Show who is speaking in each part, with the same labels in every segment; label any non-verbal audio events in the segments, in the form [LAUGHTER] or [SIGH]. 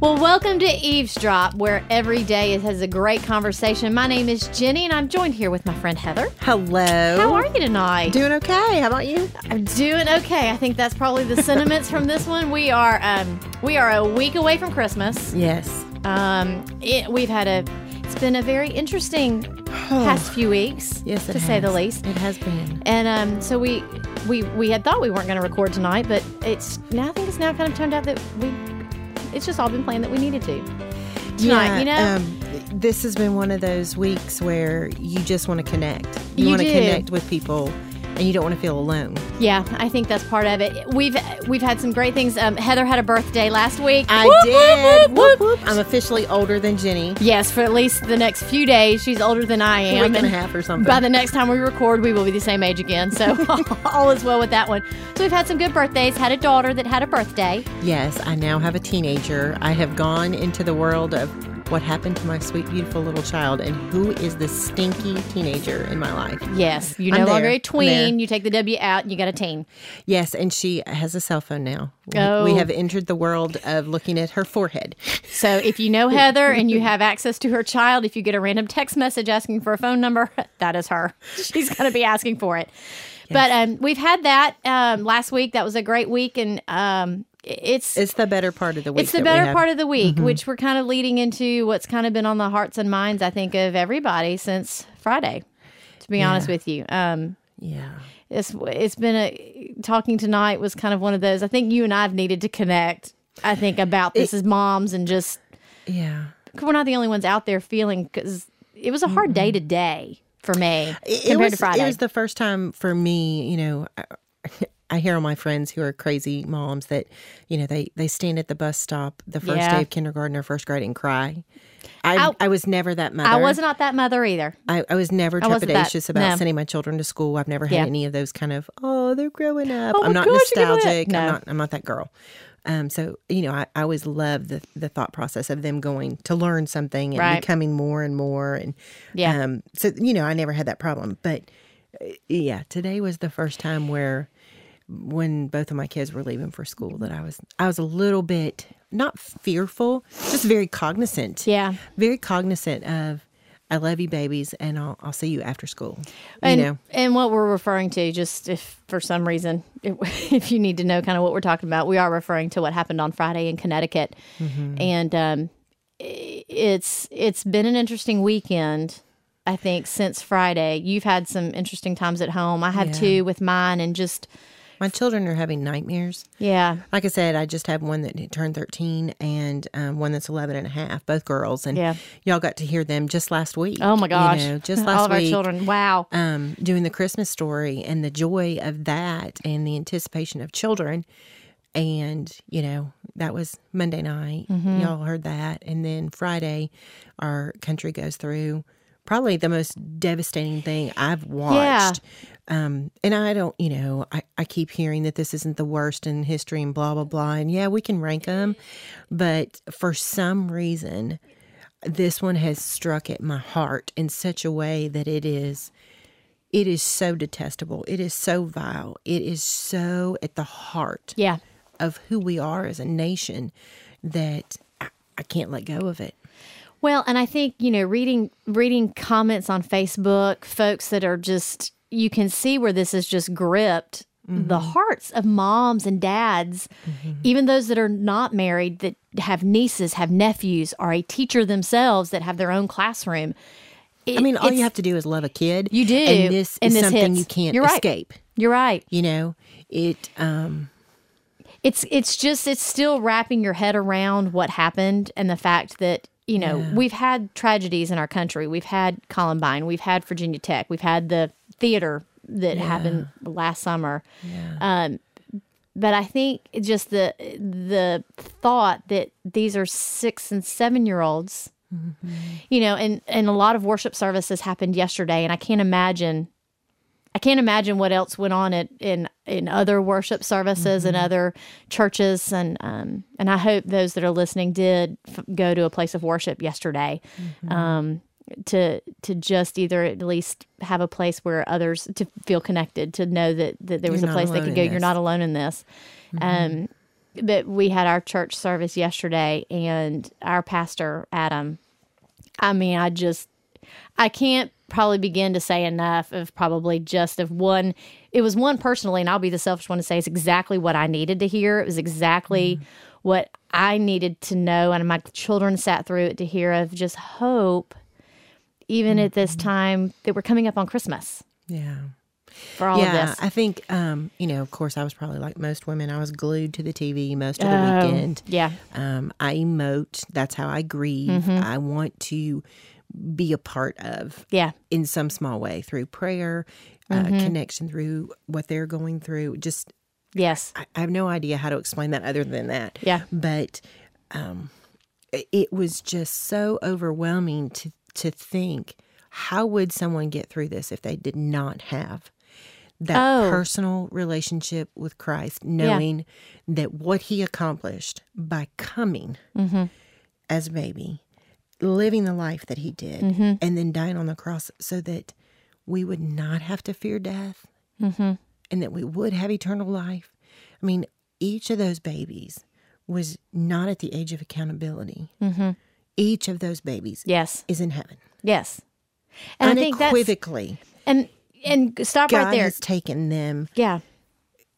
Speaker 1: Well, welcome to Eavesdrop, where every day is, has a great conversation. My name is Jenny, and I'm joined here with my friend Heather.
Speaker 2: Hello.
Speaker 1: How are you tonight?
Speaker 2: Doing okay. How about you?
Speaker 1: I'm doing okay. I think that's probably the sentiments from this one. We are um, we are a week away from Christmas.
Speaker 2: Yes.
Speaker 1: Um, it, we've had a it's been a very interesting past few weeks,
Speaker 2: Oh. Yes, it
Speaker 1: to say the
Speaker 2: has.
Speaker 1: least.
Speaker 2: It has been.
Speaker 1: And um, so we we we had thought we weren't going to record tonight, but it's now I think it's now kind of turned out that we it's just all been planned that we needed to tonight. you know,
Speaker 2: Um, this has been one of those weeks where you just want to connect.
Speaker 1: You
Speaker 2: want to
Speaker 1: do.
Speaker 2: connect with people and you don't want to feel alone.
Speaker 1: yeah, I think that's part of it. We've we've had some great things. Um, Heather had a birthday last week.
Speaker 2: I
Speaker 1: Whoop,
Speaker 2: did.
Speaker 1: whoop, whoop, whoop.
Speaker 2: I'm officially older than Jenny.
Speaker 1: Yes, for at least the next few days. She's older than I
Speaker 2: A
Speaker 1: am.
Speaker 2: week and a
Speaker 1: and
Speaker 2: half or something.
Speaker 1: By the next time we record, we will be the same age again.
Speaker 2: [LAUGHS]
Speaker 1: So [LAUGHS] all is well with that one. So we've had some good birthdays. Had a daughter that had a birthday.
Speaker 2: yes, I now have a teenager. I have gone into the world of what happened to my sweet, beautiful little child and who is the stinky teenager in my life.
Speaker 1: Yes, you're
Speaker 2: I'm
Speaker 1: no longer
Speaker 2: there.
Speaker 1: a
Speaker 2: I'm
Speaker 1: tween.
Speaker 2: there.
Speaker 1: You take the W out, and you got a teen.
Speaker 2: Yes, and she has a cell phone now. We-
Speaker 1: Oh.
Speaker 2: We have entered the world of looking at her forehead.
Speaker 1: So if you know Heather and you have access to her child, if you get a random text message asking for a phone number, [LAUGHS] that is her. She's going to be asking for it. But um, we've had that um, last week. That was a great week, and um, it's
Speaker 2: It's the better part of the week.
Speaker 1: It's the
Speaker 2: that we Mm-hmm.
Speaker 1: better
Speaker 2: have.
Speaker 1: part of the week, which we're kind of leading into what's kind of been on the hearts and minds, I think, of everybody since Friday. To be honest with you, um,
Speaker 2: Yeah.
Speaker 1: it's it's been a talking tonight was kind of one of those. I think you and I've needed to connect. I think about this as moms and just
Speaker 2: Yeah.
Speaker 1: 'cause we're not the only ones out there feeling because it was a hard day today for me
Speaker 2: It, it
Speaker 1: compared
Speaker 2: was,
Speaker 1: to Friday.
Speaker 2: It was the first time for me, you know, [LAUGHS] I, I hear all my friends who are crazy moms that, you know, they, they stand at the bus stop the first
Speaker 1: Yeah.
Speaker 2: day of kindergarten or first grade and cry. I,
Speaker 1: I-
Speaker 2: I, was never that mother.
Speaker 1: I was not that mother either.
Speaker 2: I, I was never
Speaker 1: wasn't that-
Speaker 2: trepidatious about
Speaker 1: no.
Speaker 2: sending my children to school. I've never had
Speaker 1: Yeah.
Speaker 2: any of those kind of oh they're
Speaker 1: [GASPS]
Speaker 2: growing up.
Speaker 1: Oh
Speaker 2: I'm
Speaker 1: my
Speaker 2: not
Speaker 1: gosh, you're gonna-
Speaker 2: nostalgic.
Speaker 1: No.
Speaker 2: I'm not. I'm not that girl. Um, so you know, I, I always love the the thought process of them going to learn something and
Speaker 1: Right.
Speaker 2: becoming more and more. And
Speaker 1: Yeah.
Speaker 2: um, so you know, I never had that problem. But uh, yeah, today was the first time where when both of my kids were leaving for school that I was I was a little bit not fearful, just very cognizant
Speaker 1: Yeah.
Speaker 2: very cognizant of I love you babies and I'll I'll see you after school. You
Speaker 1: and,
Speaker 2: know.
Speaker 1: and what we're referring to, just if for some reason, if, if [LAUGHS] you need to know kind of what we're talking about, we are referring to what happened on Friday in Connecticut,
Speaker 2: Mm-hmm.
Speaker 1: and um, i- it's it's been an interesting weekend. I think since Friday, you've had some interesting times at home. I have
Speaker 2: Yeah.
Speaker 1: too with mine, and just
Speaker 2: My children are having nightmares.
Speaker 1: yeah,
Speaker 2: Like I said, I just have one that turned 13 and um, one that's 11 and a half, both girls. And
Speaker 1: Yeah.
Speaker 2: y'all got to hear them just last week.
Speaker 1: oh my
Speaker 2: you
Speaker 1: gosh,
Speaker 2: know, just
Speaker 1: [LAUGHS]
Speaker 2: last
Speaker 1: all of our
Speaker 2: week.
Speaker 1: children, wow,
Speaker 2: um, doing the Christmas story and the joy of that and the anticipation of children. And, you know, that was Monday night. Y'all heard that. And then Friday, our country goes through probably the most devastating thing I've watched. Um, and I don't, you know, I, I keep hearing that this isn't the worst in history and blah, blah, blah. And yeah, we can rank them. But for some reason, this one has struck at my heart in such a way that it is it is so detestable it is so vile it is so at the heart
Speaker 1: yeah.
Speaker 2: of who we are as a nation that I, I can't let go of it
Speaker 1: Well, and I think you know, reading reading comments on Facebook, folks that are just you can see where this has just gripped the
Speaker 2: Mm-hmm.
Speaker 1: hearts of moms and dads, even those that are not married that have nieces, have nephews, are a teacher themselves that have their own classroom.
Speaker 2: i mean all you
Speaker 1: it's-
Speaker 2: have to do is love a kid
Speaker 1: You do,
Speaker 2: and this
Speaker 1: and
Speaker 2: is
Speaker 1: this
Speaker 2: something
Speaker 1: hits.
Speaker 2: you can't
Speaker 1: You're right.
Speaker 2: escape
Speaker 1: You're right.
Speaker 2: you know it um
Speaker 1: It's it's just it's still wrapping your head around what happened and the fact that you know we've had tragedies in our country. We've had Columbine. We've had Virginia Tech. We've had the theater that happened last summer. Um, but I think just the the thought that these are six and seven year olds, you know, and and a lot of worship services happened yesterday, and I can't imagine I can't imagine what else went on at, in in other worship services
Speaker 2: Mm-hmm.
Speaker 1: and other churches and um and I hope those that are listening did f- go to a place of worship yesterday,
Speaker 2: Mm-hmm.
Speaker 1: um to to just either at least have a place where others to feel connected to know that that there was
Speaker 2: You're
Speaker 1: a
Speaker 2: not
Speaker 1: place they
Speaker 2: alone
Speaker 1: could
Speaker 2: in Mm-hmm.
Speaker 1: go. You're
Speaker 2: this.
Speaker 1: not alone in this, um that we had our church service yesterday and our pastor Adam I mean I just I can't probably begin to say enough of probably just of one it was one personally and I'll be the selfish one to say it's exactly what I needed to hear it was exactly what I needed to know and my children sat through it to hear of just hope even at this time that we're coming up on Christmas
Speaker 2: Yeah.
Speaker 1: for all
Speaker 2: yeah.
Speaker 1: of this
Speaker 2: I think, um, you know, of course, I was probably like most women. I was glued to the TV most of the
Speaker 1: Oh,
Speaker 2: weekend.
Speaker 1: yeah
Speaker 2: Um, I emote. That's how I grieve. I want to be a part of
Speaker 1: yeah
Speaker 2: in some small way through prayer, uh, connection through what they're going through. Just,
Speaker 1: yes
Speaker 2: I, I have no idea how to explain that other than that.
Speaker 1: Yeah.
Speaker 2: But um, i- it was just so overwhelming to, to think how would someone get through this if they did not have that
Speaker 1: Oh.
Speaker 2: personal relationship with Christ, knowing that what he accomplished by coming
Speaker 1: Mm-hmm.
Speaker 2: as a baby, living the life that he did,
Speaker 1: Mm-hmm.
Speaker 2: and then dying on the cross so that we would not have to fear death and that we would have eternal life. I mean, each of those babies was not at the age of accountability.
Speaker 1: Mm-hmm.
Speaker 2: Each of those babies
Speaker 1: yes
Speaker 2: is in heaven.
Speaker 1: yes and I think that's
Speaker 2: Unequivocally,
Speaker 1: and and stop
Speaker 2: God
Speaker 1: right there
Speaker 2: has taken them
Speaker 1: yeah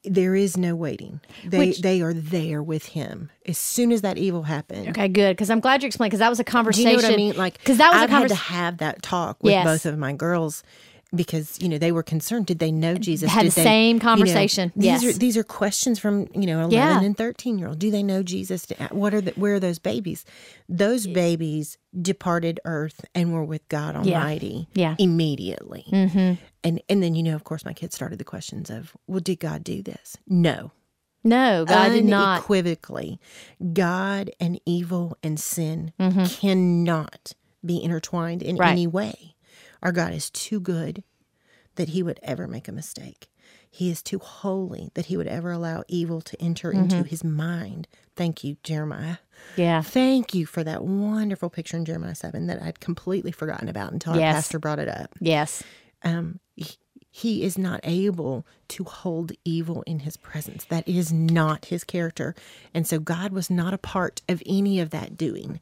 Speaker 2: there is no waiting. They
Speaker 1: Which-
Speaker 2: they are there with him as soon as that evil happened.
Speaker 1: okay good because i'm glad you explained because that was a
Speaker 2: Do
Speaker 1: conversation
Speaker 2: you know what I mean? Like,
Speaker 1: because that was
Speaker 2: I've
Speaker 1: a
Speaker 2: had to
Speaker 1: conversation
Speaker 2: have that talk with
Speaker 1: Yes.
Speaker 2: both of my girls because you know they were concerned. Did they know Jesus?
Speaker 1: Had
Speaker 2: Did
Speaker 1: the
Speaker 2: they-
Speaker 1: same
Speaker 2: you know,
Speaker 1: conversation. Yes.
Speaker 2: these are these are questions from you know eleven
Speaker 1: Yeah.
Speaker 2: and thirteen year old. Do they know Jesus? Do- What are the, where are those babies? Those babies departed earth and were with God Almighty.
Speaker 1: Yeah. Mm-hmm.
Speaker 2: immediately. And and then you know, of course, my kids started the questions of, well, did God do this? No.
Speaker 1: no god did not
Speaker 2: Unequivocally, God and evil and sin cannot be intertwined in
Speaker 1: Mm-hmm. Right.
Speaker 2: any way. Our God is too good that he would ever make a mistake. He is too holy that he would ever allow evil to enter into
Speaker 1: Mm-hmm.
Speaker 2: his mind. Thank you, Jeremiah.
Speaker 1: yeah
Speaker 2: Thank you for that wonderful picture in Jeremiah 7 that I'd completely forgotten about until our
Speaker 1: Yes.
Speaker 2: pastor brought it up
Speaker 1: yes
Speaker 2: um, he, he is not able to hold evil in his presence. That is not his character. And so God was not a part of any of that doing.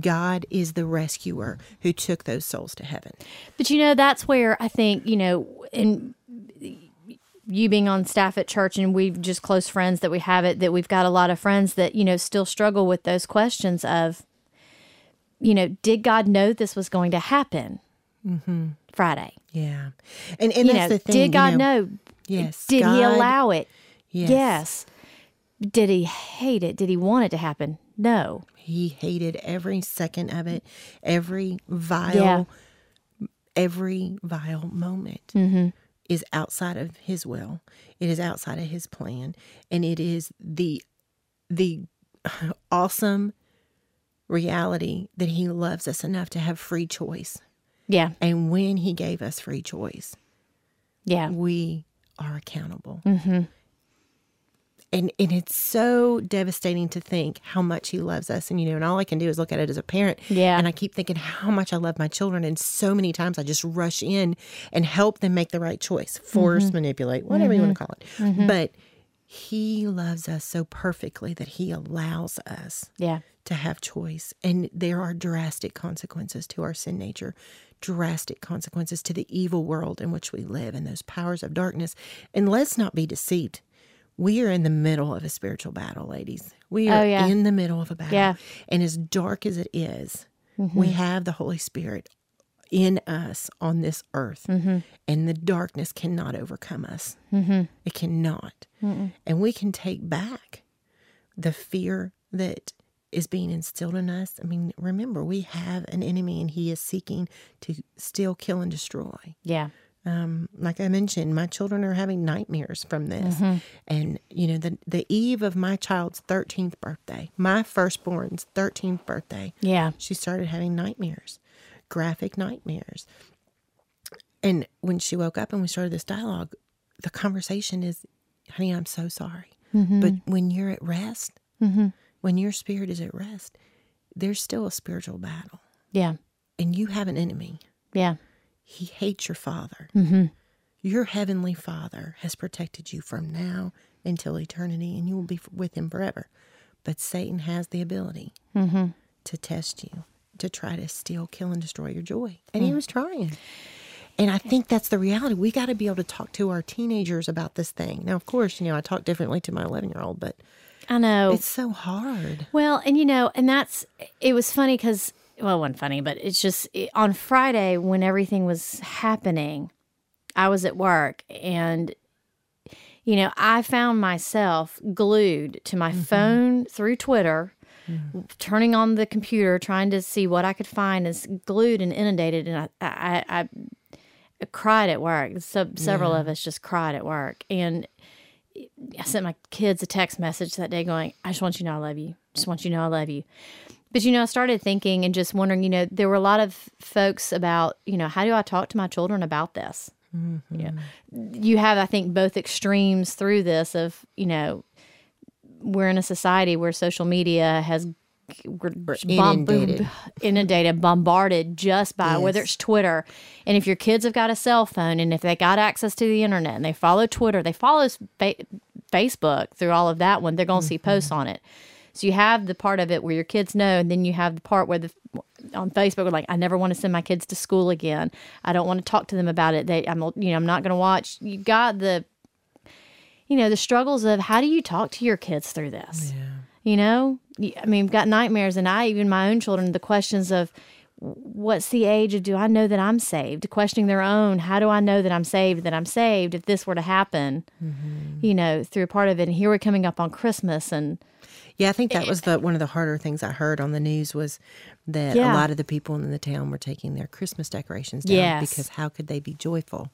Speaker 2: God is the rescuer who took those souls to heaven.
Speaker 1: But you know, that's where I think, you know, and you being on staff at church and we've just close friends that we have it, that we've got a lot of friends that, you know, still struggle with those questions of, you know, did God know this was going to happen Friday?
Speaker 2: Yeah. And, and
Speaker 1: You
Speaker 2: Mm-hmm. that's
Speaker 1: know,
Speaker 2: the thing. you
Speaker 1: did God know?
Speaker 2: Yes.
Speaker 1: Did He
Speaker 2: God-
Speaker 1: allow it?
Speaker 2: Yes.
Speaker 1: Yes. Did He hate it? Did He want it to happen? No.
Speaker 2: He hated every second of it, every vile,
Speaker 1: Yeah.
Speaker 2: every vile moment is outside of His will. It is outside of His plan, and it is the the [LAUGHS] awesome reality that He loves us enough to have free choice.
Speaker 1: Yeah.
Speaker 2: And when He gave us free choice,
Speaker 1: Yeah. Mm-hmm.
Speaker 2: we are accountable. And and it's so devastating to think how much he loves us. And you know, and all I can do is look at it as a parent.
Speaker 1: Yeah.
Speaker 2: And I keep thinking how much I love my children. And so many times I just rush in and help them make the right choice, force,
Speaker 1: Mm-hmm.
Speaker 2: manipulate, whatever you want to call it. But he loves us so perfectly that he allows us
Speaker 1: Yeah.
Speaker 2: to have choice. And there are drastic consequences to our sin nature, drastic consequences to the evil world in which we live and those powers of darkness. And let's not be deceived. We are in the middle of a spiritual battle, ladies. We are
Speaker 1: yeah.
Speaker 2: in the middle of a battle.
Speaker 1: Yeah. Mm-hmm.
Speaker 2: And as dark as it is, we have the Holy Spirit in us on this earth.
Speaker 1: Mm-hmm.
Speaker 2: And the darkness cannot overcome us. It cannot. And we can take back the fear that is being instilled in us. I mean, remember, we have an enemy and he is seeking to steal, kill, and destroy.
Speaker 1: Yeah.
Speaker 2: Um, like I mentioned, my children are having nightmares from this. And, you know, the, the eve of my child's 13th birthday, my firstborn's 13th birthday,
Speaker 1: Yeah.
Speaker 2: she started having nightmares, graphic nightmares. And when she woke up and we started this dialogue, the conversation is, honey, I'm so sorry. But when you're at rest, when your spirit is at rest, there's still a spiritual battle.
Speaker 1: Yeah.
Speaker 2: And you have an enemy.
Speaker 1: Yeah.
Speaker 2: He hates your father. Your heavenly father has protected you from now until eternity, and you will be f- with him forever. But Satan has the ability to test you, to try to steal, kill, and destroy your joy. And he was trying. And I think that's the reality. We got to be able to talk to our teenagers about this thing. Now, of course, you know, I talk differently to my 11 year old, but
Speaker 1: I know.
Speaker 2: it's so hard.
Speaker 1: Well, and you know, and that's it was funny because well, it wasn't funny, but it's just it, on Friday when everything was happening, I was at work and you know, I found myself glued to my phone through Twitter, turning on the computer, trying to see what I could find, is glued and inundated, and I, I, I, I cried at work. So, several of us just cried at work, and I sent my kids a text message that day going, I just want you to know I love you. Just want you to know I love you. But, you know, I started thinking and just wondering, you know, there were a lot of folks about, you know, how do I talk to my children about this? Yeah. You have, I think, both extremes through this of, you know, we're in a society where social media has we're bomb-
Speaker 2: inundated.
Speaker 1: inundated, bombarded just by whether
Speaker 2: Yes.
Speaker 1: it's Twitter. And if your kids have got a cell phone and if they got access to the internet and they follow Twitter, they follow fa- Facebook through all of that one, they're going to see posts on it. So you have the part of it where your kids know, and then you have the part where the on Facebook, like I never want to send my kids to school again. I don't want to talk to them about it. They, I'm, you know, I'm not going to watch. You got the, you know, the struggles of how do you talk to your kids through this? You know, Y- I mean, I've got nightmares, and I even my own children. The questions of what's the age of do I know that I'm saved? Questioning their own, how do I know that I'm saved? That I'm saved if this were to happen, you know, through a part of it. And here we're coming up on Christmas, and
Speaker 2: Yeah, I think that was the one of the harder things I heard on the news was that
Speaker 1: Yeah.
Speaker 2: a lot of the people in the town were taking their Christmas decorations down
Speaker 1: Yes.
Speaker 2: because how could they be joyful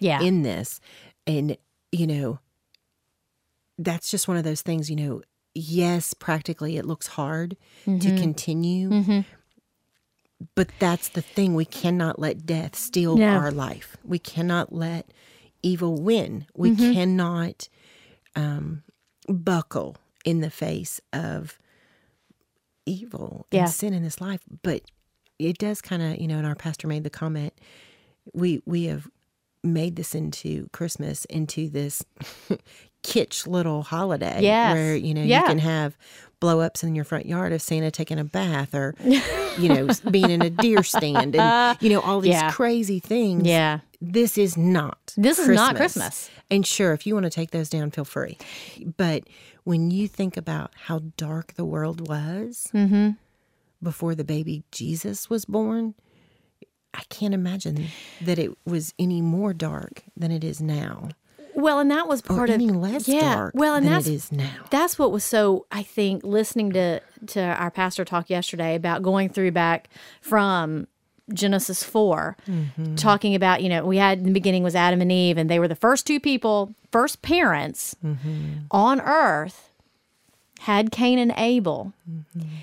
Speaker 1: yeah,
Speaker 2: in this? And you know, that's just one of those things. You know, yes, practically it looks hard
Speaker 1: Mm-hmm.
Speaker 2: to continue, but that's the thing. We cannot let death steal
Speaker 1: No.
Speaker 2: our life. We cannot let evil win. We
Speaker 1: Mm-hmm.
Speaker 2: cannot um, buckle in the face of evil
Speaker 1: Yeah.
Speaker 2: and sin in this life. But it does kind of, you know, and our pastor made the comment, we we have made this into Christmas into this [LAUGHS] kitsch little holiday
Speaker 1: Yes.
Speaker 2: where, you know,
Speaker 1: Yeah.
Speaker 2: you can have blow ups in your front yard of Santa taking a
Speaker 1: [LAUGHS]
Speaker 2: bath or, you know, being in a deer stand and, you know, all these
Speaker 1: Yeah.
Speaker 2: crazy things.
Speaker 1: yeah.
Speaker 2: This is not.
Speaker 1: This is not Christmas.
Speaker 2: And sure, if you want to take those down, feel free. But when you think about how dark the world was
Speaker 1: Mm-hmm.
Speaker 2: before the baby Jesus was born, I can't imagine that it was any more dark than it is now,
Speaker 1: Well, and that was
Speaker 2: or
Speaker 1: part of
Speaker 2: any less
Speaker 1: yeah.
Speaker 2: dark
Speaker 1: Well, and
Speaker 2: than
Speaker 1: that's
Speaker 2: it is now.
Speaker 1: that's what was so I think listening to to our pastor talk yesterday about going through back from Genesis 4 talking about you know we had in the beginning was Adam and Eve and they were the first two people first parents on earth had Cain and Abel and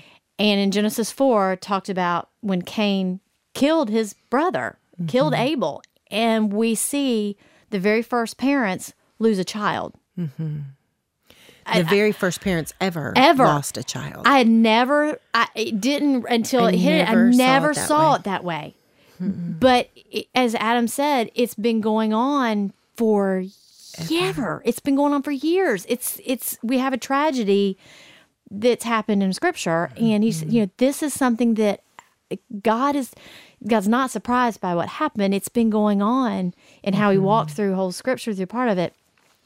Speaker 1: in Genesis 4 talked about when Cain killed his brother killed Abel and we see the very first parents lose a child
Speaker 2: the very first parents ever,
Speaker 1: Ever.
Speaker 2: lost a child.
Speaker 1: I had never, I it didn't until it hit it. I
Speaker 2: never saw it
Speaker 1: never
Speaker 2: that
Speaker 1: saw
Speaker 2: way.
Speaker 1: it that way. But it, as Adam said, it's been going on for ever. It's been going on for years. It's it's we have a tragedy that's happened in Scripture, and he's you know this is something that God is God's not surprised by what happened. It's been going on and how
Speaker 2: Mm-hmm.
Speaker 1: he walked through whole scripture through part of it.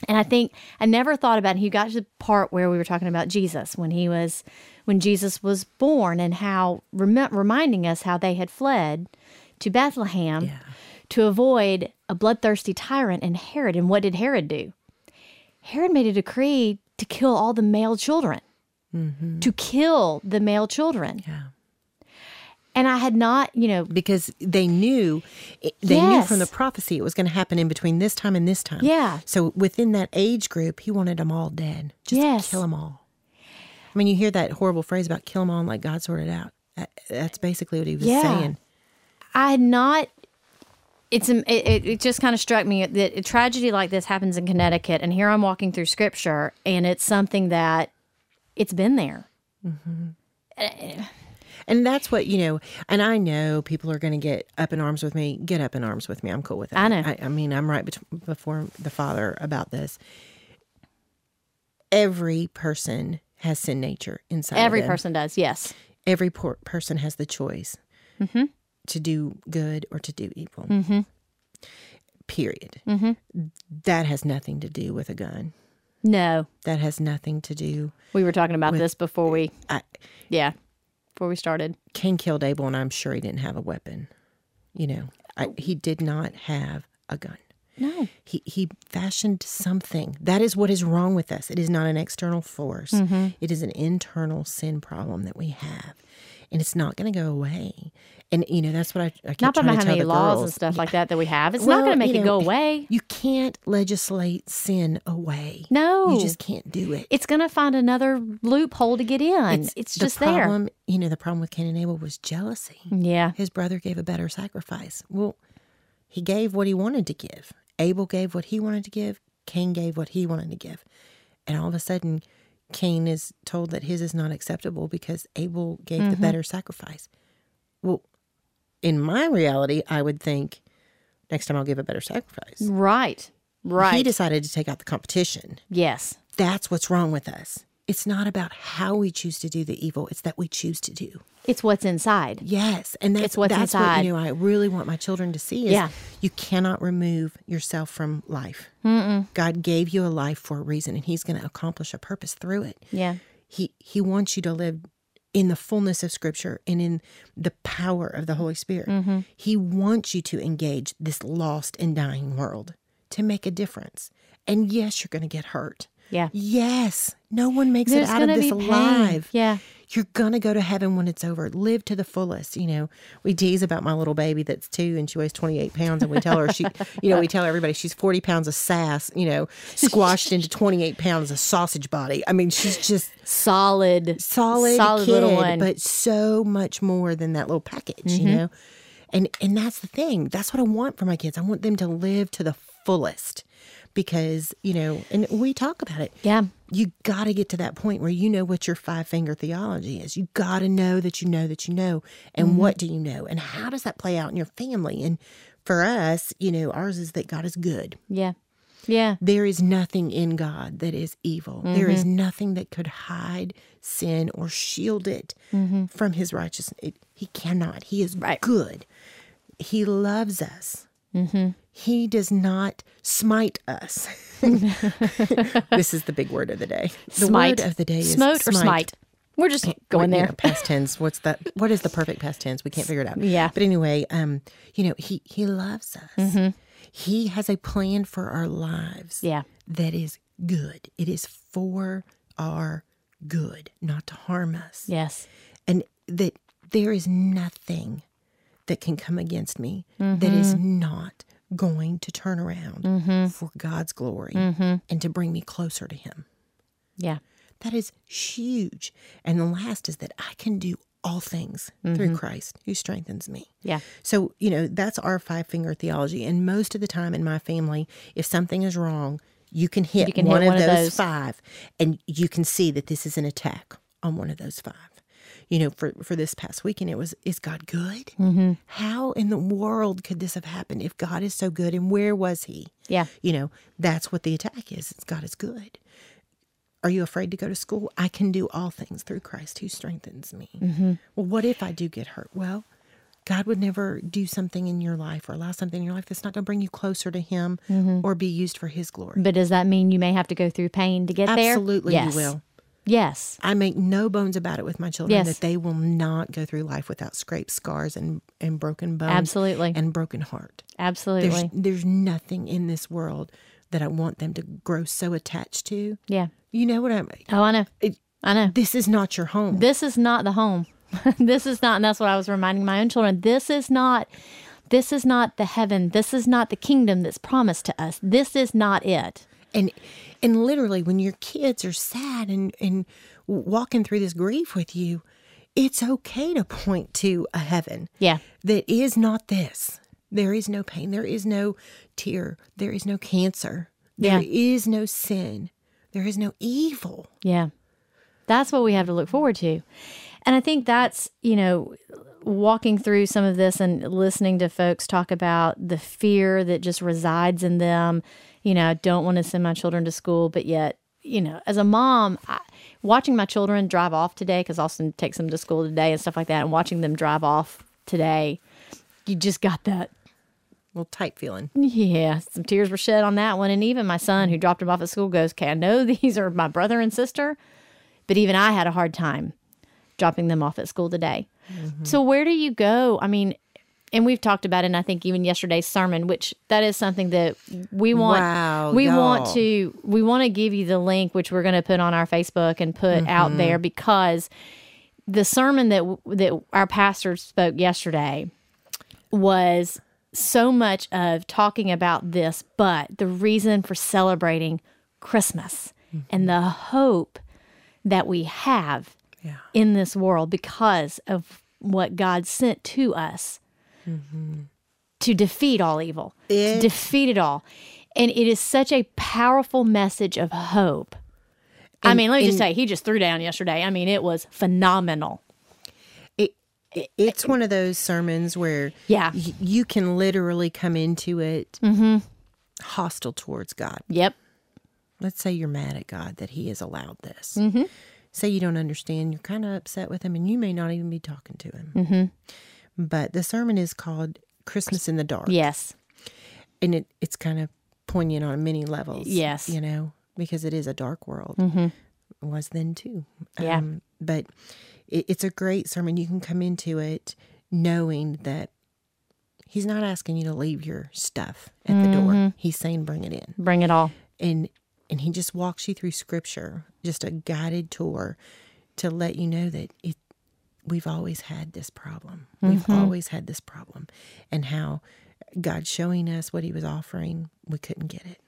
Speaker 1: And I think I never thought about it. He got to the part where we were talking about Jesus when he was when Jesus was born and how rem- reminding us how they had fled to Bethlehem to avoid a bloodthirsty tyrant and Herod. And what did Herod do? Herod made a decree to kill all the male children. To kill the male children.
Speaker 2: yeah.
Speaker 1: And I had not, you know,
Speaker 2: because they knew it- they knew from the
Speaker 1: Yes.
Speaker 2: prophecy it was going to happen in between this time and this time.
Speaker 1: Yeah.
Speaker 2: So within that age group, he wanted them all dead. Just
Speaker 1: Yes.
Speaker 2: kill them all. I mean, you hear that horrible phrase about kill them all and let God sort it out. That- That's basically what he was
Speaker 1: Yeah.
Speaker 2: saying.
Speaker 1: I had not. It's it, it it just kind of struck me that a tragedy like this happens in Connecticut, and here I'm walking through Scripture, and it's something that it's been there.
Speaker 2: And that's what, you know, and I know people are going to get up in arms with me. Get up in arms with me. I'm cool with that.
Speaker 1: I know.
Speaker 2: I, I mean, I'm right bet- before the father about this. every person has sin nature inside. of
Speaker 1: Every
Speaker 2: them.
Speaker 1: person does. Yes.
Speaker 2: Every por- person has the choice to do good or to do evil. Period. That has nothing to do with a gun.
Speaker 1: No.
Speaker 2: That has nothing to do.
Speaker 1: We were talking about this before we
Speaker 2: I,
Speaker 1: yeah, before we started.
Speaker 2: Cain killed Abel, and I'm sure he didn't have a weapon. You know, I, he did not have a gun.
Speaker 1: No.
Speaker 2: He, he fashioned something. That is what is wrong with us. It is not an external force,
Speaker 1: Mm-hmm.
Speaker 2: It is an internal sin problem that we have. And it's not going to go away. And, you know, that's what I, I keep
Speaker 1: Not by
Speaker 2: trying to
Speaker 1: how
Speaker 2: tell
Speaker 1: many
Speaker 2: the
Speaker 1: laws
Speaker 2: girls.
Speaker 1: and stuff like that that we have. It's not
Speaker 2: Well,
Speaker 1: going to make
Speaker 2: you
Speaker 1: it go
Speaker 2: know,
Speaker 1: away.
Speaker 2: You can't legislate sin away.
Speaker 1: No.
Speaker 2: You just can't do it.
Speaker 1: it's going to find another loophole to get in. It's,
Speaker 2: the
Speaker 1: just
Speaker 2: problem, You know, the problem with Cain and Abel was jealousy.
Speaker 1: there. Yeah.
Speaker 2: His brother gave a better sacrifice. Well, he gave what he wanted to give. Abel gave what he wanted to give. Cain gave what he wanted to give. And all of a sudden, Cain is told that his is not acceptable because Abel gave the better sacrifice. Well, in my reality, I would think next time I'll give a better sacrifice.
Speaker 1: Right. Right.
Speaker 2: He decided to take out the competition.
Speaker 1: yes.
Speaker 2: That's what's wrong with us. It's not about how we choose to do the evil, it's that we choose to do.
Speaker 1: It's what's inside.
Speaker 2: Yes, and that's
Speaker 1: It's what's
Speaker 2: that's
Speaker 1: inside.
Speaker 2: what you know. I really want my children to see is
Speaker 1: Yeah.
Speaker 2: you cannot remove yourself from life. God gave you a life for a reason, and He's going to accomplish a purpose through it.
Speaker 1: Yeah.
Speaker 2: He He wants you to live in the fullness of Scripture and in the power of the Holy Spirit.
Speaker 1: Mm-hmm.
Speaker 2: He wants you to engage this lost and dying world to make a difference. And yes, you're going to get hurt.
Speaker 1: Yeah.
Speaker 2: Yes, no one makes
Speaker 1: There's
Speaker 2: it out of
Speaker 1: gonna
Speaker 2: this
Speaker 1: be pain.
Speaker 2: alive
Speaker 1: Yeah.
Speaker 2: you're gonna go to heaven when it's over. Live to the fullest. You know, we tease about my little baby that's two and she weighs 28 pounds, and we tell her she, [LAUGHS] you know, we tell everybody she's 40 pounds of sass, you know, squashed into 28 pounds of sausage body. I mean, she's just
Speaker 1: Solid.
Speaker 2: solid,
Speaker 1: Solid
Speaker 2: kid,
Speaker 1: little one. Mm-hmm.
Speaker 2: but so much more than that little package, you know. And and that's the thing. That's what I want for my kids. I want them to live to the fullest, because you know, and we talk about it
Speaker 1: yeah.
Speaker 2: you got to get to that point where you know what your five finger theology is. You got to know that you know that you know. And what do you know? And how does that play out in your family? And for us, you know, ours is that God is good.
Speaker 1: Yeah. Yeah.
Speaker 2: There is nothing in God that is evil. There is
Speaker 1: Mm-hmm.
Speaker 2: nothing that could hide sin or shield it from his righteousness. It- he cannot. He is
Speaker 1: Mm-hmm. Right.
Speaker 2: good. He loves us.
Speaker 1: Mm-hmm.
Speaker 2: He does not smite us. [LAUGHS] this is the big word of the day. The
Speaker 1: smite
Speaker 2: word of the day is
Speaker 1: smote or smite. We're just going
Speaker 2: Well, you
Speaker 1: there.
Speaker 2: know, past tense. What's that? What is the perfect past tense? We can't figure it out.
Speaker 1: Yeah. Mm-hmm.
Speaker 2: But anyway, um, you know, he he loves us. He has a plan for our lives
Speaker 1: Yeah.
Speaker 2: that is good. It is for our good, not to harm us.
Speaker 1: Yes.
Speaker 2: And that there is nothing that can come against me that is not going to turn around for God's glory and to bring me closer to Him.
Speaker 1: Yeah.
Speaker 2: That is huge. And the last is that I can do all things through Christ who strengthens me.
Speaker 1: Yeah.
Speaker 2: So, you know, that's our five finger theology. And most of the time in my family, if something is wrong, you can hit,
Speaker 1: You can hit
Speaker 2: one,
Speaker 1: one
Speaker 2: of,
Speaker 1: of
Speaker 2: those,
Speaker 1: those.
Speaker 2: five and you can see that this is an attack on one of those five. You know, for, for this past weekend, it was, is God good?
Speaker 1: Mm-hmm.
Speaker 2: How in the world could this have happened if God is so good? And where was he?
Speaker 1: Yeah.
Speaker 2: You know, that's what the attack is. It's God is good. Are you afraid to go to school? I can do all things through Christ who strengthens me.
Speaker 1: Mm-hmm.
Speaker 2: Well, what if I do get hurt? Well, God would never do something in your life or allow something in your life that's not going to bring you closer to Him
Speaker 1: Mm-hmm.
Speaker 2: or be used for His glory.
Speaker 1: But does that mean you may have to go through pain to get there?
Speaker 2: Absolutely,
Speaker 1: yes.
Speaker 2: you will.
Speaker 1: Yes.
Speaker 2: I make no bones about it with my children
Speaker 1: Yes.
Speaker 2: that they will not go through life without scrapes, scars, and, and broken bones.
Speaker 1: Absolutely.
Speaker 2: And broken heart.
Speaker 1: Absolutely.
Speaker 2: There's, there's nothing in this world that I want them to grow so attached to.
Speaker 1: yeah.
Speaker 2: You know what I mean?
Speaker 1: Oh, I know.
Speaker 2: It-
Speaker 1: I know.
Speaker 2: This is not your home.
Speaker 1: this is not the home. [LAUGHS] this is not, and that's what I was reminding my own children. This is not, this is not the heaven. This is not the kingdom that's promised to us. This is not it.
Speaker 2: and and literally when your kids are sad and and walking through this grief with you it's okay to point to a heaven
Speaker 1: Yeah.
Speaker 2: that is not this there is no pain there is no tear there is no cancer There is
Speaker 1: Yeah.
Speaker 2: no sin there is no evil
Speaker 1: Yeah. That's what we have to look forward to. And I think that's, you know, walking through some of this and listening to folks talk about the fear that just resides in them. You know, I don't want to send my children to school, but yet you know, as a mom, I, watching my children drive off today because Austin takes them to school today and stuff like that, and watching them drive off today, you just got that.
Speaker 2: little tight feeling.
Speaker 1: Yeah, some tears were shed on that one. And even my son, who dropped him off at school, goes, "Okay, I know [LAUGHS] these are my brother and sister, but even I had a hard time dropping them off at school today."
Speaker 2: Mm-hmm.
Speaker 1: So where do you go? I mean. And we've talked about it, and I think even yesterday's sermon, which that is something that we want.
Speaker 2: Wow,
Speaker 1: we want
Speaker 2: y'all.
Speaker 1: to to- we want to give you the link which we're going to put on our Facebook and put out there
Speaker 2: Mm-hmm.
Speaker 1: because the sermon that w- that our pastor spoke yesterday was so much of talking about this but the reason for celebrating Christmas
Speaker 2: Mm-hmm.
Speaker 1: and the hope that we have
Speaker 2: Yeah.
Speaker 1: in this world because of what God sent to us to defeat all evil, to
Speaker 2: Mm-hmm. It-
Speaker 1: defeat it all. And it is such a powerful message of hope. I mean, let me just say, he just threw down yesterday. I mean, it was phenomenal.
Speaker 2: It, it- it's one of those sermons where
Speaker 1: Yeah. Mm-hmm.
Speaker 2: y- you can literally come into it hostile towards God.
Speaker 1: Yep.
Speaker 2: let's say you're mad at God that He has allowed this.
Speaker 1: Mm-hmm.
Speaker 2: Say you don't understand, you're kind of upset with Him, and you may not even be talking to Him.
Speaker 1: Mm-hmm.
Speaker 2: But the sermon is called Christmas in the Dark.
Speaker 1: Yes.
Speaker 2: And it, it's kind of poignant on many levels.
Speaker 1: Yes. Mm-hmm.
Speaker 2: You know, because it is a dark world. It was then too. Um,
Speaker 1: Yeah.
Speaker 2: but it, it's a great sermon. You can come into it knowing that. He's not asking you to leave your stuff at the
Speaker 1: Mm-hmm.
Speaker 2: door. He's saying, bring it in
Speaker 1: Bring it all.
Speaker 2: and and he just walks you through scripture just a guided tour to let you know that it we've always had this problem we've
Speaker 1: Mm-hmm.
Speaker 2: always had this problem and how god showing us what he was offering we couldn't get it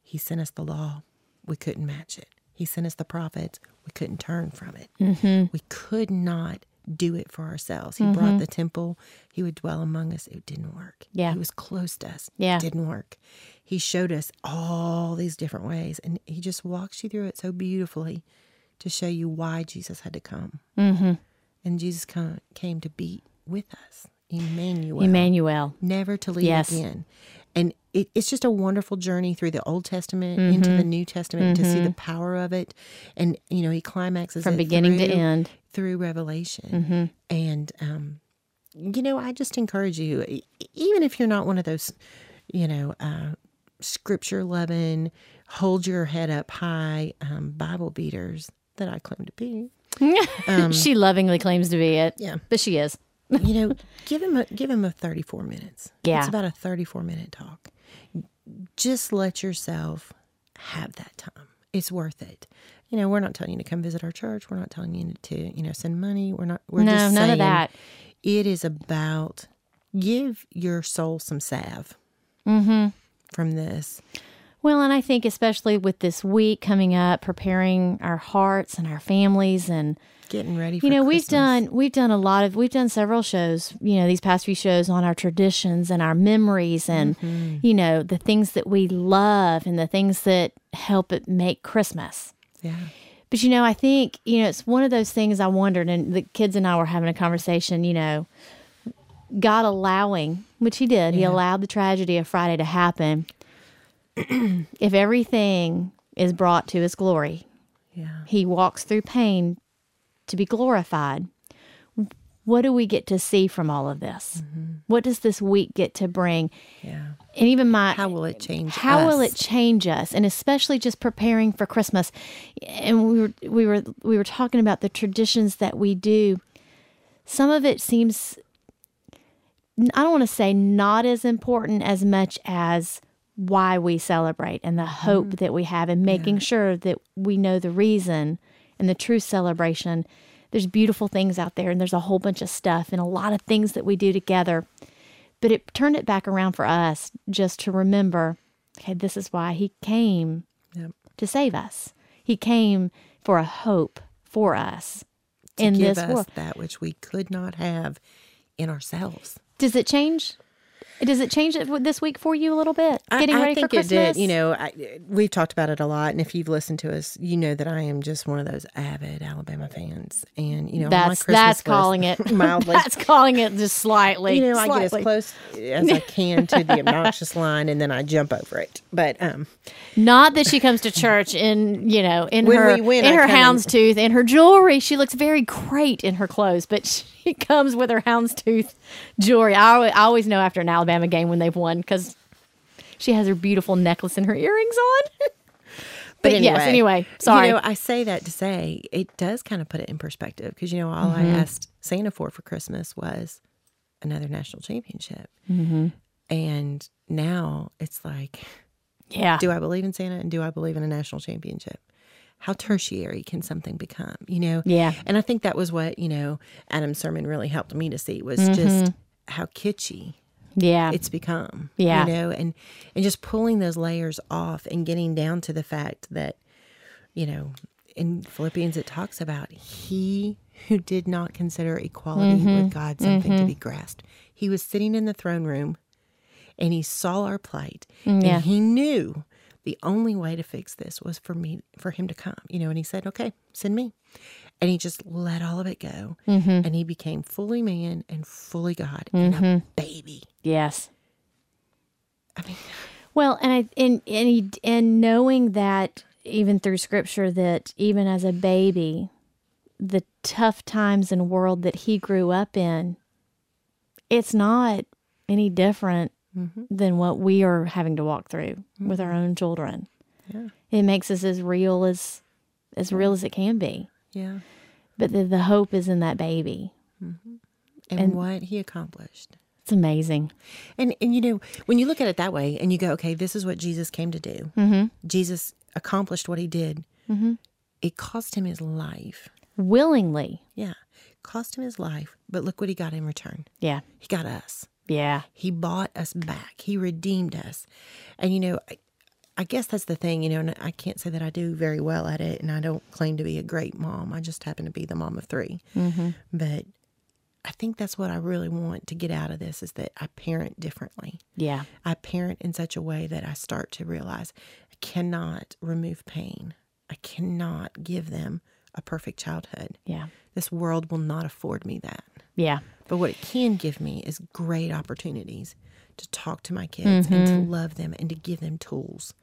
Speaker 2: he sent us the law we couldn't match it he sent us the prophets we couldn't turn from it
Speaker 1: Mm-hmm.
Speaker 2: we could not do it for ourselves he brought the temple he would dwell among us it didn't work
Speaker 1: Yeah.
Speaker 2: he was close to us
Speaker 1: Yeah.
Speaker 2: didn't work. He showed us all these different ways, and he just walks you through it so beautifully to show you why Jesus had to come. Mm-hmm. And Jesus come, came to be with us, Emmanuel,
Speaker 1: Emmanuel.
Speaker 2: never to leave
Speaker 1: Yes.
Speaker 2: again. And it, it's just a wonderful journey through the Old Testament
Speaker 1: Mm-hmm.
Speaker 2: into the New Testament to see the power of it. And, you know, he climaxes
Speaker 1: From
Speaker 2: it
Speaker 1: beginning to
Speaker 2: through-
Speaker 1: end. [LAUGHS] Mm-hmm.
Speaker 2: through Revelation. And, um, you know, I just encourage you, e- even if you're not one of those, you know, uh, scripture loving, hold your head up high um, Bible beaters that I claim to be,
Speaker 1: she lovingly claims to be it.
Speaker 2: um, Yeah.
Speaker 1: But she is.
Speaker 2: you know, give him a, give him a 34 minutes.
Speaker 1: Yeah.
Speaker 2: It's about a 34 minute talk. Just let yourself have that time. It's worth it. You know, we're not telling you to come visit our church. We're not telling you to, you know, send money. We're not, we're
Speaker 1: No,
Speaker 2: just
Speaker 1: none of
Speaker 2: saying
Speaker 1: that.
Speaker 2: It is about give your soul some salve
Speaker 1: Mm-hmm.
Speaker 2: from this.
Speaker 1: Well, and I think especially with this week coming up, preparing our hearts and our families and
Speaker 2: Getting ready for
Speaker 1: you know we've
Speaker 2: Christmas.
Speaker 1: done we've done a lot of we've done several shows you know these past few shows on our traditions and our memories and
Speaker 2: Mm-hmm.
Speaker 1: you know the things that we love and the things that help it make christmas
Speaker 2: Yeah.
Speaker 1: but you know i think you know it's one of those things i wondered and the kids and i were having a conversation you know god allowing which he did he allowed the tragedy of friday to happen [CLEARS THROAT] if everything is brought to his glory
Speaker 2: Yeah.
Speaker 1: he walks through pain to be glorified. What do we get to see from all of this? What does this week get to bring?
Speaker 2: Yeah.
Speaker 1: And even my
Speaker 2: How will it change?
Speaker 1: how will
Speaker 2: us?
Speaker 1: it change us and especially just preparing for christmas and we were we were we were talking about the traditions that we do some of it seems i don't want to say not as important as much as why we celebrate and the
Speaker 2: Mm-hmm.
Speaker 1: hope that we have and making sure that we know the reason and the true celebration there's beautiful things out there and there's a whole bunch of stuff and a lot of things that we do together but it turned it back around for us just to remember okay, this is why he came
Speaker 2: Yep.
Speaker 1: to save us. He came for a hope for us
Speaker 2: To
Speaker 1: in
Speaker 2: give
Speaker 1: this
Speaker 2: us
Speaker 1: world.
Speaker 2: that which we could not have in ourselves.
Speaker 1: Does it change Does it change it w- this week for you a little bit? Getting
Speaker 2: I, I
Speaker 1: ready
Speaker 2: think
Speaker 1: for
Speaker 2: it
Speaker 1: Christmas.
Speaker 2: did. You know, I, we've talked about it a lot, and if you've listened to us, you know that I am just one of those avid Alabama fans, and you know, on my
Speaker 1: that's
Speaker 2: Christmas
Speaker 1: that's
Speaker 2: list-
Speaker 1: calling it [LAUGHS]
Speaker 2: [LAUGHS] mildly.
Speaker 1: That's calling it just slightly.
Speaker 2: you know, I get
Speaker 1: slightly.
Speaker 2: as close as I can to
Speaker 1: [LAUGHS]
Speaker 2: the obnoxious line, and then I jump over it. But um,
Speaker 1: Not that she comes to church in you know in
Speaker 2: When
Speaker 1: her
Speaker 2: we win,
Speaker 1: in
Speaker 2: I
Speaker 1: her
Speaker 2: come in-
Speaker 1: houndstooth in her jewelry. She looks very great in her clothes, but [LAUGHS] she comes with her houndstooth jewelry. I, al- I always know after an Alabama game when they've won because she has her beautiful necklace and her earrings on. [LAUGHS]
Speaker 2: but,
Speaker 1: But yes, anyway, sorry.
Speaker 2: You know, I say that to say it does kind of put it in perspective because you know all
Speaker 1: Mm-hmm.
Speaker 2: I asked Santa for for Christmas was another national championship,
Speaker 1: Mm-hmm.
Speaker 2: and now it's like.
Speaker 1: yeah,
Speaker 2: do I believe in Santa and do I believe in a national championship? How tertiary can something become, you know?
Speaker 1: Yeah.
Speaker 2: And I think that was what, you know, Adam's sermon really helped me to see was
Speaker 1: Mm-hmm.
Speaker 2: just how kitschy
Speaker 1: yeah,
Speaker 2: it's become.
Speaker 1: Yeah.
Speaker 2: You know, and and just pulling those layers off and getting down to the fact that, you know, in Philippians it talks about he who did not consider equality
Speaker 1: Mm-hmm.
Speaker 2: with God something to be grasped. He was sitting in the throne room and he saw our plight.
Speaker 1: Mm, yeah.
Speaker 2: And he knew the only way to fix this was for me for him to come. You know, and he said, Okay, send me. And he just let all of it go.
Speaker 1: Mm-hmm.
Speaker 2: And he became fully man and fully God and a baby.
Speaker 1: yes.
Speaker 2: I mean,
Speaker 1: Well, and I and and he, and knowing that even through scripture that even as a baby, the tough times and world that he grew up in, it's not any different
Speaker 2: Mm-hmm.
Speaker 1: than what we are having to walk through with our own children.
Speaker 2: Yeah.
Speaker 1: It makes us as real as as real as it can be.
Speaker 2: yeah.
Speaker 1: But the, the hope is in that baby.
Speaker 2: And, what he accomplished.
Speaker 1: It's amazing.
Speaker 2: And and you know, when you look at it that way and you go, Okay, this is what Jesus came to do. Jesus accomplished what he did. It cost him his life.
Speaker 1: Willingly.
Speaker 2: Yeah. Cost him his life, but look what he got in return.
Speaker 1: Yeah.
Speaker 2: He got us.
Speaker 1: Yeah.
Speaker 2: He bought us back. He redeemed us. And, you know, I, I guess that's the thing, you know, and I can't say that I do very well at it. And I don't claim to be a great mom. I just happen to be the mom of 3 But I think that's what I really want to get out of this is that I parent differently.
Speaker 1: Yeah.
Speaker 2: I parent in such a way that I start to realize I cannot remove pain. I cannot give them a perfect childhood.
Speaker 1: Yeah.
Speaker 2: This world will not afford me that.
Speaker 1: Yeah.
Speaker 2: But what it can give me is great opportunities to talk to my kids and to
Speaker 1: Mm-hmm.
Speaker 2: love them and to give them tools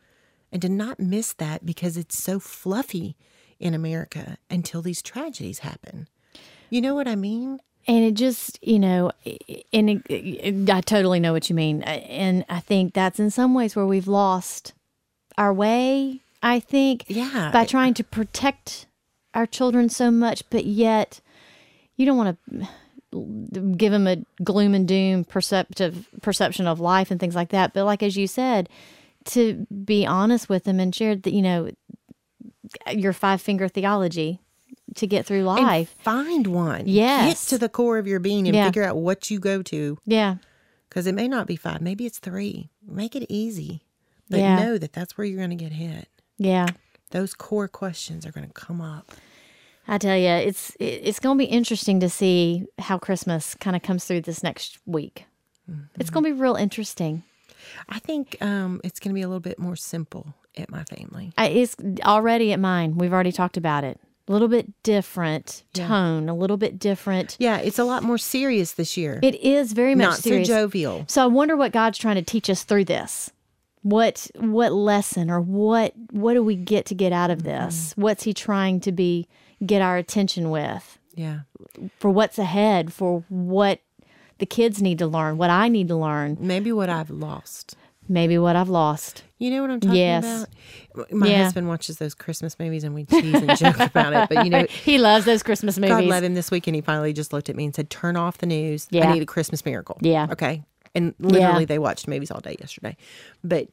Speaker 2: and to not miss that because it's so fluffy in America until these tragedies happen. You know what I mean?
Speaker 1: And it just, you know, and it, it- I totally know what you mean. Uh, And I think that's in some ways where we've lost our way, I think,
Speaker 2: Yeah.
Speaker 1: by trying to protect our children so much, but yet you don't want to give them a gloom and doom perceptive perception of life and things like that. But like as you said, to be honest with them and share that, you know, your five finger theology to get through life.
Speaker 2: Find one.
Speaker 1: Yes.
Speaker 2: Get to the core of your being and
Speaker 1: Yeah.
Speaker 2: figure out what you go to
Speaker 1: yeah.
Speaker 2: because it may not be five, maybe it's three. Make it easy, but
Speaker 1: Yeah.
Speaker 2: know that that's where you're going to get hit.
Speaker 1: Yeah.
Speaker 2: Those core questions are going to come up.
Speaker 1: I tell you, it's it- it's going to be interesting to see how Christmas kind of comes through this next week.
Speaker 2: Mm-hmm.
Speaker 1: It's going to be real interesting.
Speaker 2: I think um, it's going to be a little bit more simple at my family.
Speaker 1: I, it's already at mine. We've already talked about it. A little bit different tone, a little bit different.
Speaker 2: Yeah, it's a lot more serious this year.
Speaker 1: It is very much
Speaker 2: Not
Speaker 1: serious.
Speaker 2: so jovial.
Speaker 1: So I wonder what God's trying to teach us through this. What what lesson or what what do we get to get out of
Speaker 2: Mm-hmm.
Speaker 1: this? What's he trying to be get our attention with?
Speaker 2: Yeah.
Speaker 1: for what's ahead, for what the kids need to learn, what I need to learn,
Speaker 2: Maybe what I've lost.
Speaker 1: maybe what I've lost.
Speaker 2: You know what I'm talking
Speaker 1: Yes.
Speaker 2: about? My
Speaker 1: Yeah.
Speaker 2: husband watches those Christmas movies and we tease and
Speaker 1: [LAUGHS]
Speaker 2: joke about it. But, you know,
Speaker 1: He loves those Christmas movies.
Speaker 2: God love him this week. And he finally just looked at me and said, Turn off the news.
Speaker 1: Yeah.
Speaker 2: I need a Christmas miracle.
Speaker 1: Yeah.
Speaker 2: Okay. And literally, they watched movies all day yesterday. But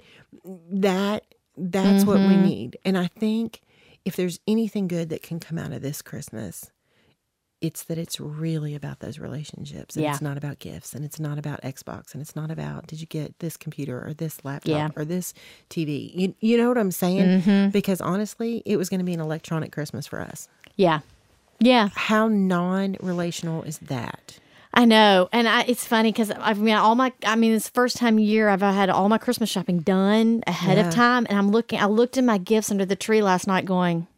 Speaker 2: that that's what
Speaker 1: Mm-hmm.
Speaker 2: we need. And I think if there's anything good that can come out of this Christmas, it's that it's really about those relationships. And
Speaker 1: Yeah.
Speaker 2: it's not about gifts and it's not about Xbox and it's not about did you get this computer or this laptop
Speaker 1: Yeah. Mm-hmm.
Speaker 2: or this TV. You, you know what I'm saying? Because honestly, it was going to be an electronic Christmas for us
Speaker 1: Yeah. Yeah.
Speaker 2: how non-relational is that?
Speaker 1: I know, and I, it's funny because I mean, all my, I mean, it's the first time year I've had all my Christmas shopping done ahead
Speaker 2: Yeah.
Speaker 1: of time, and I'm looking, I looked in my gifts under the tree last night, going,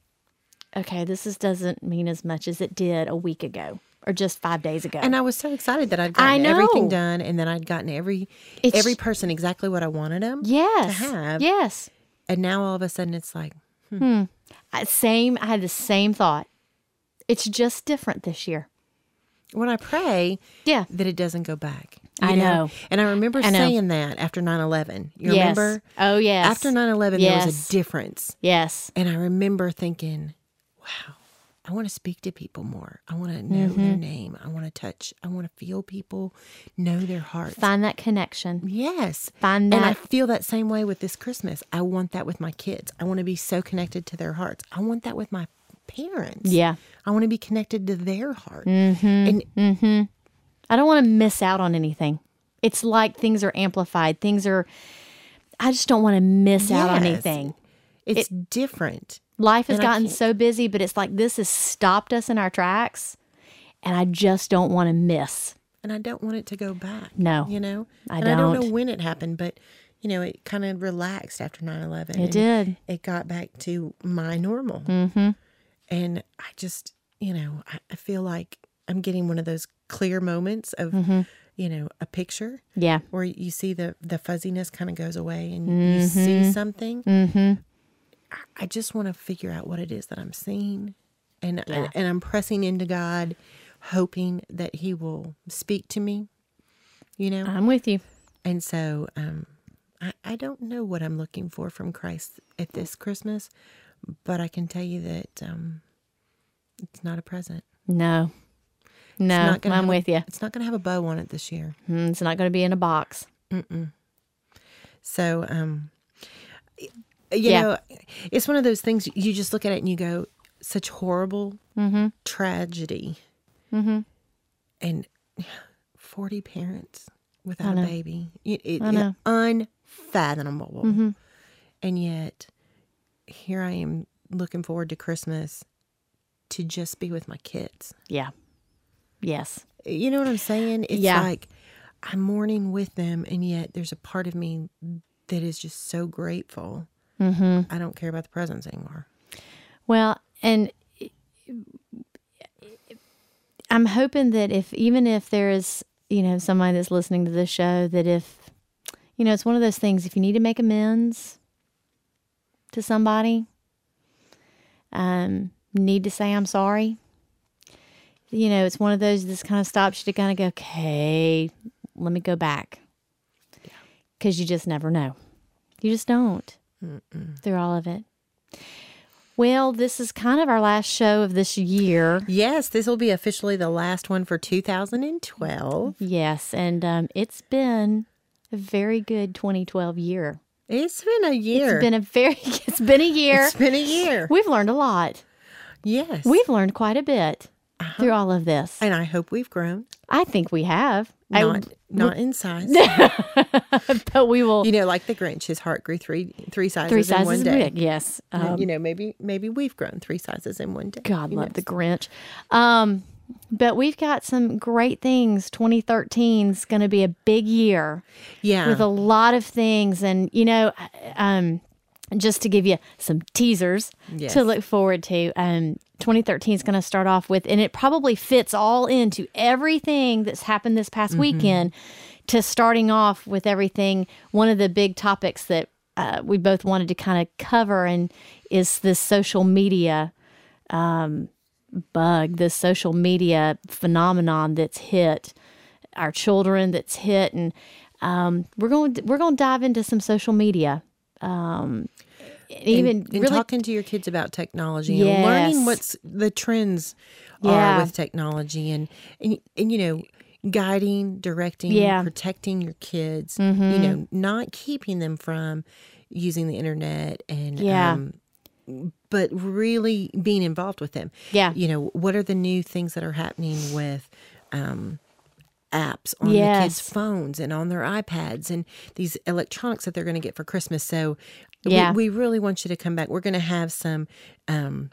Speaker 1: okay, this is, doesn't mean as much as it did a week ago or just five days ago.
Speaker 2: And I was so excited that I'd
Speaker 1: I
Speaker 2: gotten everything
Speaker 1: know.
Speaker 2: done, and then I'd gotten every
Speaker 1: It's-
Speaker 2: every person exactly what I wanted them.
Speaker 1: yes,
Speaker 2: have.
Speaker 1: yes,
Speaker 2: And now all of a sudden it's like,
Speaker 1: I, same. I had the same thought. It's just different this year.
Speaker 2: when I pray,
Speaker 1: Yeah,
Speaker 2: that it doesn't go back.
Speaker 1: I know.
Speaker 2: And I remember
Speaker 1: I know.
Speaker 2: saying that after 9 11. You
Speaker 1: yes.
Speaker 2: remember?
Speaker 1: Oh yes.
Speaker 2: After 9 11, there was
Speaker 1: Yes.
Speaker 2: a difference.
Speaker 1: yes,
Speaker 2: And I remember thinking, wow, I want to speak to people more. I want to know
Speaker 1: Mm-hmm.
Speaker 2: their name. I want to touch. I want to feel people, know their hearts.
Speaker 1: find that connection.
Speaker 2: Yes.
Speaker 1: Find
Speaker 2: And I
Speaker 1: that.
Speaker 2: feel that same way with this Christmas. I want that with my kids. I want to be so connected to their hearts. I want that with my parents.
Speaker 1: yeah,
Speaker 2: I want to be connected to their heart. And
Speaker 1: I don't want to miss out on anything. It's like things are amplified. Things are. I just don't want to miss out on
Speaker 2: Yes.
Speaker 1: anything.
Speaker 2: it's different.
Speaker 1: Life has
Speaker 2: And I
Speaker 1: gotten
Speaker 2: can't-
Speaker 1: so busy, but it's like this has stopped us in our tracks, and I just don't want to miss.
Speaker 2: and I don't want it to go back.
Speaker 1: No,
Speaker 2: You know?
Speaker 1: I
Speaker 2: and I don't know
Speaker 1: don't.
Speaker 2: when it happened, but you know, it kind of relaxed after 9/11. It
Speaker 1: did.
Speaker 2: It got back to my normal. Mm-hmm. And I just, you know, I, I feel like I'm getting one of those clear moments of, you know, a picture
Speaker 1: Yeah,
Speaker 2: where you see the the fuzziness kind of goes away and
Speaker 1: Mm-hmm.
Speaker 2: you see something. I, I just want to figure out what it is that I'm seeing, and and, and I'm pressing into God, hoping that He will speak to me. You know,
Speaker 1: I'm with you.
Speaker 2: and so um, I I don't know what I'm looking for from Christ
Speaker 1: Mm.
Speaker 2: at this Christmas, but I can tell you that um, it's not a present.
Speaker 1: No,
Speaker 2: It's
Speaker 1: no,
Speaker 2: not gonna
Speaker 1: I'm
Speaker 2: have a-
Speaker 1: with you.
Speaker 2: It's not going to have a bow on it this year.
Speaker 1: Mm, It's not going to be in a box.
Speaker 2: So, um, y- you
Speaker 1: Yeah.
Speaker 2: know, it's one of those things you just look at it and you go, such horrible tragedy. And [SIGHS] 40 parents without a baby. It, it, it- unfathomable. And yet, here I am looking forward to Christmas to just be with my kids.
Speaker 1: Yeah. Yes.
Speaker 2: You know what I'm saying? It's
Speaker 1: Yeah.
Speaker 2: like I'm mourning with them, and yet there's a part of me that is just so grateful. Mm-hmm. I don't care about the presents anymore.
Speaker 1: Well, and I'm hoping that if even if there is, you know, somebody that's listening to this show, that if, you know, it's one of those things, if you need to make amends to somebody, um, need to say, I'm sorry. You know, it's one of those this kind of stops you to kind of go, okay, let me go back. Because you just never know. You just don't through all of it. Well, this is kind of our last show of this year.
Speaker 2: Yes, this will be officially the last one for 2012.
Speaker 1: Yes, and um, it's been a very good 2012 year.
Speaker 2: It's been a year.
Speaker 1: It's been a very [LAUGHS] it's been a year.
Speaker 2: It's been a year.
Speaker 1: We've learned a lot.
Speaker 2: Yes.
Speaker 1: We've learned quite a bit through all of this.
Speaker 2: and Uh-huh. I hope we've grown.
Speaker 1: I think we have. I-
Speaker 2: Not not in size.
Speaker 1: [LAUGHS] but we will
Speaker 2: you know, like the Grinch, his heart grew three three sizes
Speaker 1: three
Speaker 2: in
Speaker 1: sizes
Speaker 2: one day.
Speaker 1: big. Yes. Um,
Speaker 2: And, you know, maybe maybe we've grown three sizes in one day.
Speaker 1: God love the Grinch. Um, but we've got some great things. 2013 is going to be a big year.
Speaker 2: Yeah.
Speaker 1: with a lot of things and you know um just to give you some teasers
Speaker 2: Yes.
Speaker 1: to look forward to um 2013 is going to start off with and it probably fits all into everything that's happened this
Speaker 2: Mm-hmm.
Speaker 1: past weekend to starting off with everything one of the big topics that uh, we both wanted to kind of cover and is this social media um, bug, this social media phenomenon that's hit our children, that's hit, and um, we're going to we're going to dive into some social media, um, even
Speaker 2: and
Speaker 1: really
Speaker 2: talking to your kids about technology
Speaker 1: Yes.
Speaker 2: and learning what's the trends
Speaker 1: Yeah.
Speaker 2: are with technology and, and and you know guiding directing
Speaker 1: Yeah. Mm-hmm.
Speaker 2: protecting your kids you know not keeping them from using the internet and
Speaker 1: Yeah.
Speaker 2: um, but really being involved with them
Speaker 1: Yeah.
Speaker 2: you know what are the new things that are happening with um apps on the kids'
Speaker 1: Yes.
Speaker 2: phones and on their iPads and these electronics that they're going to get for Christmas. So, we-
Speaker 1: Yeah.
Speaker 2: we, really want you to come back. We're going to have some um,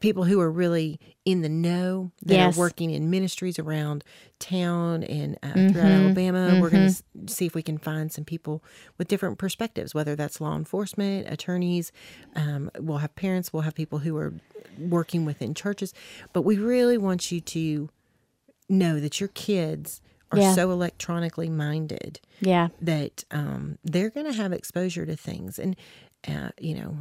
Speaker 2: people who are really in the know that
Speaker 1: Yes.
Speaker 2: are working in ministries around town and uh, throughout
Speaker 1: Mm-hmm.
Speaker 2: Alabama. We're going to see if we can find some people with different perspectives, whether that's law enforcement, attorneys. Um, we'll have parents. We'll have people who are working within churches. But we really want you to know that your kids are
Speaker 1: Yeah.
Speaker 2: so electronically minded
Speaker 1: Yeah.
Speaker 2: that um, they're going to have exposure to things and uh, you know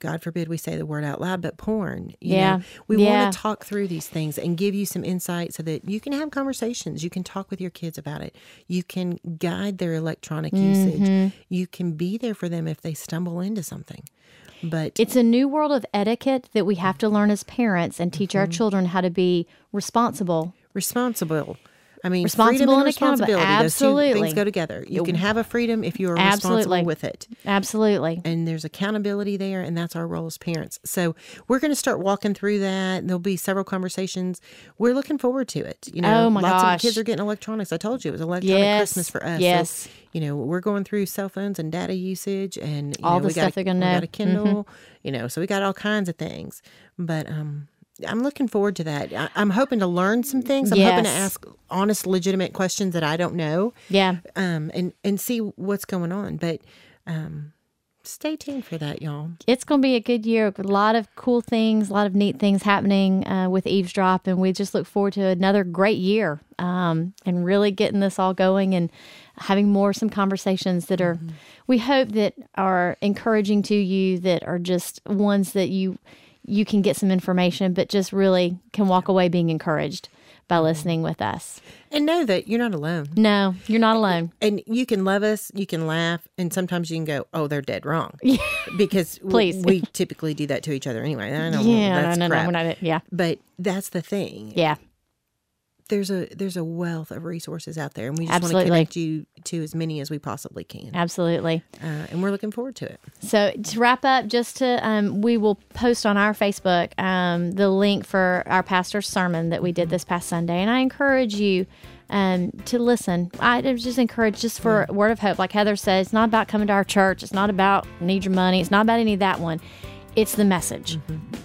Speaker 2: god forbid we say the word out loud but porn you
Speaker 1: Yeah.
Speaker 2: know we
Speaker 1: Yeah.
Speaker 2: want to talk through these things and give you some insight so that you can have conversations you can talk with your kids about it you can guide their electronic
Speaker 1: Mm-hmm.
Speaker 2: usage you can be there for them if they stumble into something but
Speaker 1: It's a new world of etiquette that we have to learn as parents and teach our
Speaker 2: Mm-hmm.
Speaker 1: children how to be responsible.
Speaker 2: responsible I mean,
Speaker 1: Responsible
Speaker 2: freedom
Speaker 1: and
Speaker 2: and
Speaker 1: accountable.
Speaker 2: responsibility. Those two
Speaker 1: Absolutely.
Speaker 2: things go together. You can have a freedom if you are
Speaker 1: Absolutely.
Speaker 2: responsible with it.
Speaker 1: Absolutely.
Speaker 2: and there's accountability there and that's our role as parents so we're going to start walking through that there'll be several conversations we're looking forward to it you know
Speaker 1: Oh, my
Speaker 2: lots
Speaker 1: gosh.
Speaker 2: of kids are getting electronics i told you it was electronic
Speaker 1: Yes.
Speaker 2: christmas for us So,
Speaker 1: Yes.
Speaker 2: you know we're going through cell phones and data usage and you
Speaker 1: All
Speaker 2: know,
Speaker 1: the
Speaker 2: we
Speaker 1: stuff
Speaker 2: got,
Speaker 1: they're gonna
Speaker 2: we
Speaker 1: know. Mm-hmm.
Speaker 2: got a kindle you know so we got all kinds of things but um I'm looking forward to that. I, I'm hoping to learn some things. I'm hoping to
Speaker 1: Yes.
Speaker 2: ask honest, legitimate questions that I don't know
Speaker 1: Yeah.
Speaker 2: um, and and see what's going on. But um, stay tuned for that, y'all.
Speaker 1: It's going to be a good year. A lot of cool things, a lot of neat things happening uh, with Eavesdrop. And we just look forward to another great year um, and really getting this all going and having more some conversations that are,
Speaker 2: Mm-hmm.
Speaker 1: we hope that are encouraging to you, that are just ones that you, you can get some information, but just really can walk away being encouraged
Speaker 2: Mm-hmm.
Speaker 1: by listening with us.
Speaker 2: And know that you're not alone.
Speaker 1: No, you're not
Speaker 2: [LAUGHS]
Speaker 1: alone.
Speaker 2: And you can love us, you can laugh, and sometimes you can go, "Oh, they're
Speaker 1: [LAUGHS]
Speaker 2: dead wrong," because w-
Speaker 1: Please.
Speaker 2: we typically do that to each other anyway. I know
Speaker 1: Yeah,
Speaker 2: that's
Speaker 1: no, no,
Speaker 2: crap.
Speaker 1: no, we're not. Yeah,
Speaker 2: But that's the thing.
Speaker 1: yeah,
Speaker 2: There's a there's a wealth of resources out there, and we just want to
Speaker 1: Absolutely.
Speaker 2: connect you to as many as we possibly can.
Speaker 1: absolutely.
Speaker 2: Uh, and we're looking forward to it.
Speaker 1: So to wrap up, just to um, we will post on our Facebook um, the link for our pastor's sermon that we did this past Sunday, and I encourage you um, to listen. I just encourage just for a word of hope, like Heather said, it's not about coming to our church. It's not about need your money. It's not about any of that one. It's the message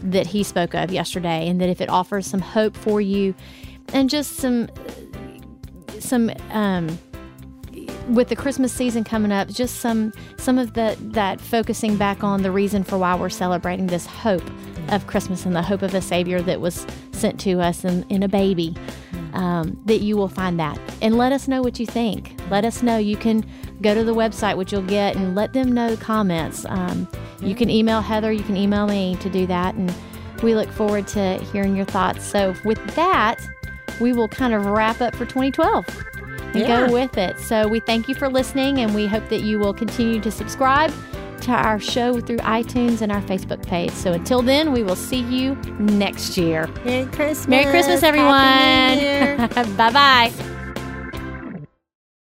Speaker 1: that he spoke of yesterday, and that if it offers some hope for you, and just some some um, with the Christmas season coming up, just some some of the that focusing back on the reason for why we're celebrating this hope of Christmas and the hope of a Savior that was sent to us in, in a baby. Um, that you will find that. And let us know what you think. Let us know. You can go to the website, which you'll get, and let them know comments. Um, You can email Heather, you can email me to do that. And we look forward to hearing your thoughts. So, with that, we will kind of wrap up for 2012 and
Speaker 2: Yeah.
Speaker 1: go with it. So we thank you for listening, and we hope that you will continue to subscribe to our show through iTunes and our Facebook page. So until then, we will see you next year.
Speaker 2: Merry Christmas.
Speaker 1: Merry Christmas,
Speaker 2: Happy New
Speaker 1: everyone. [LAUGHS]
Speaker 2: Year.
Speaker 1: bye bye.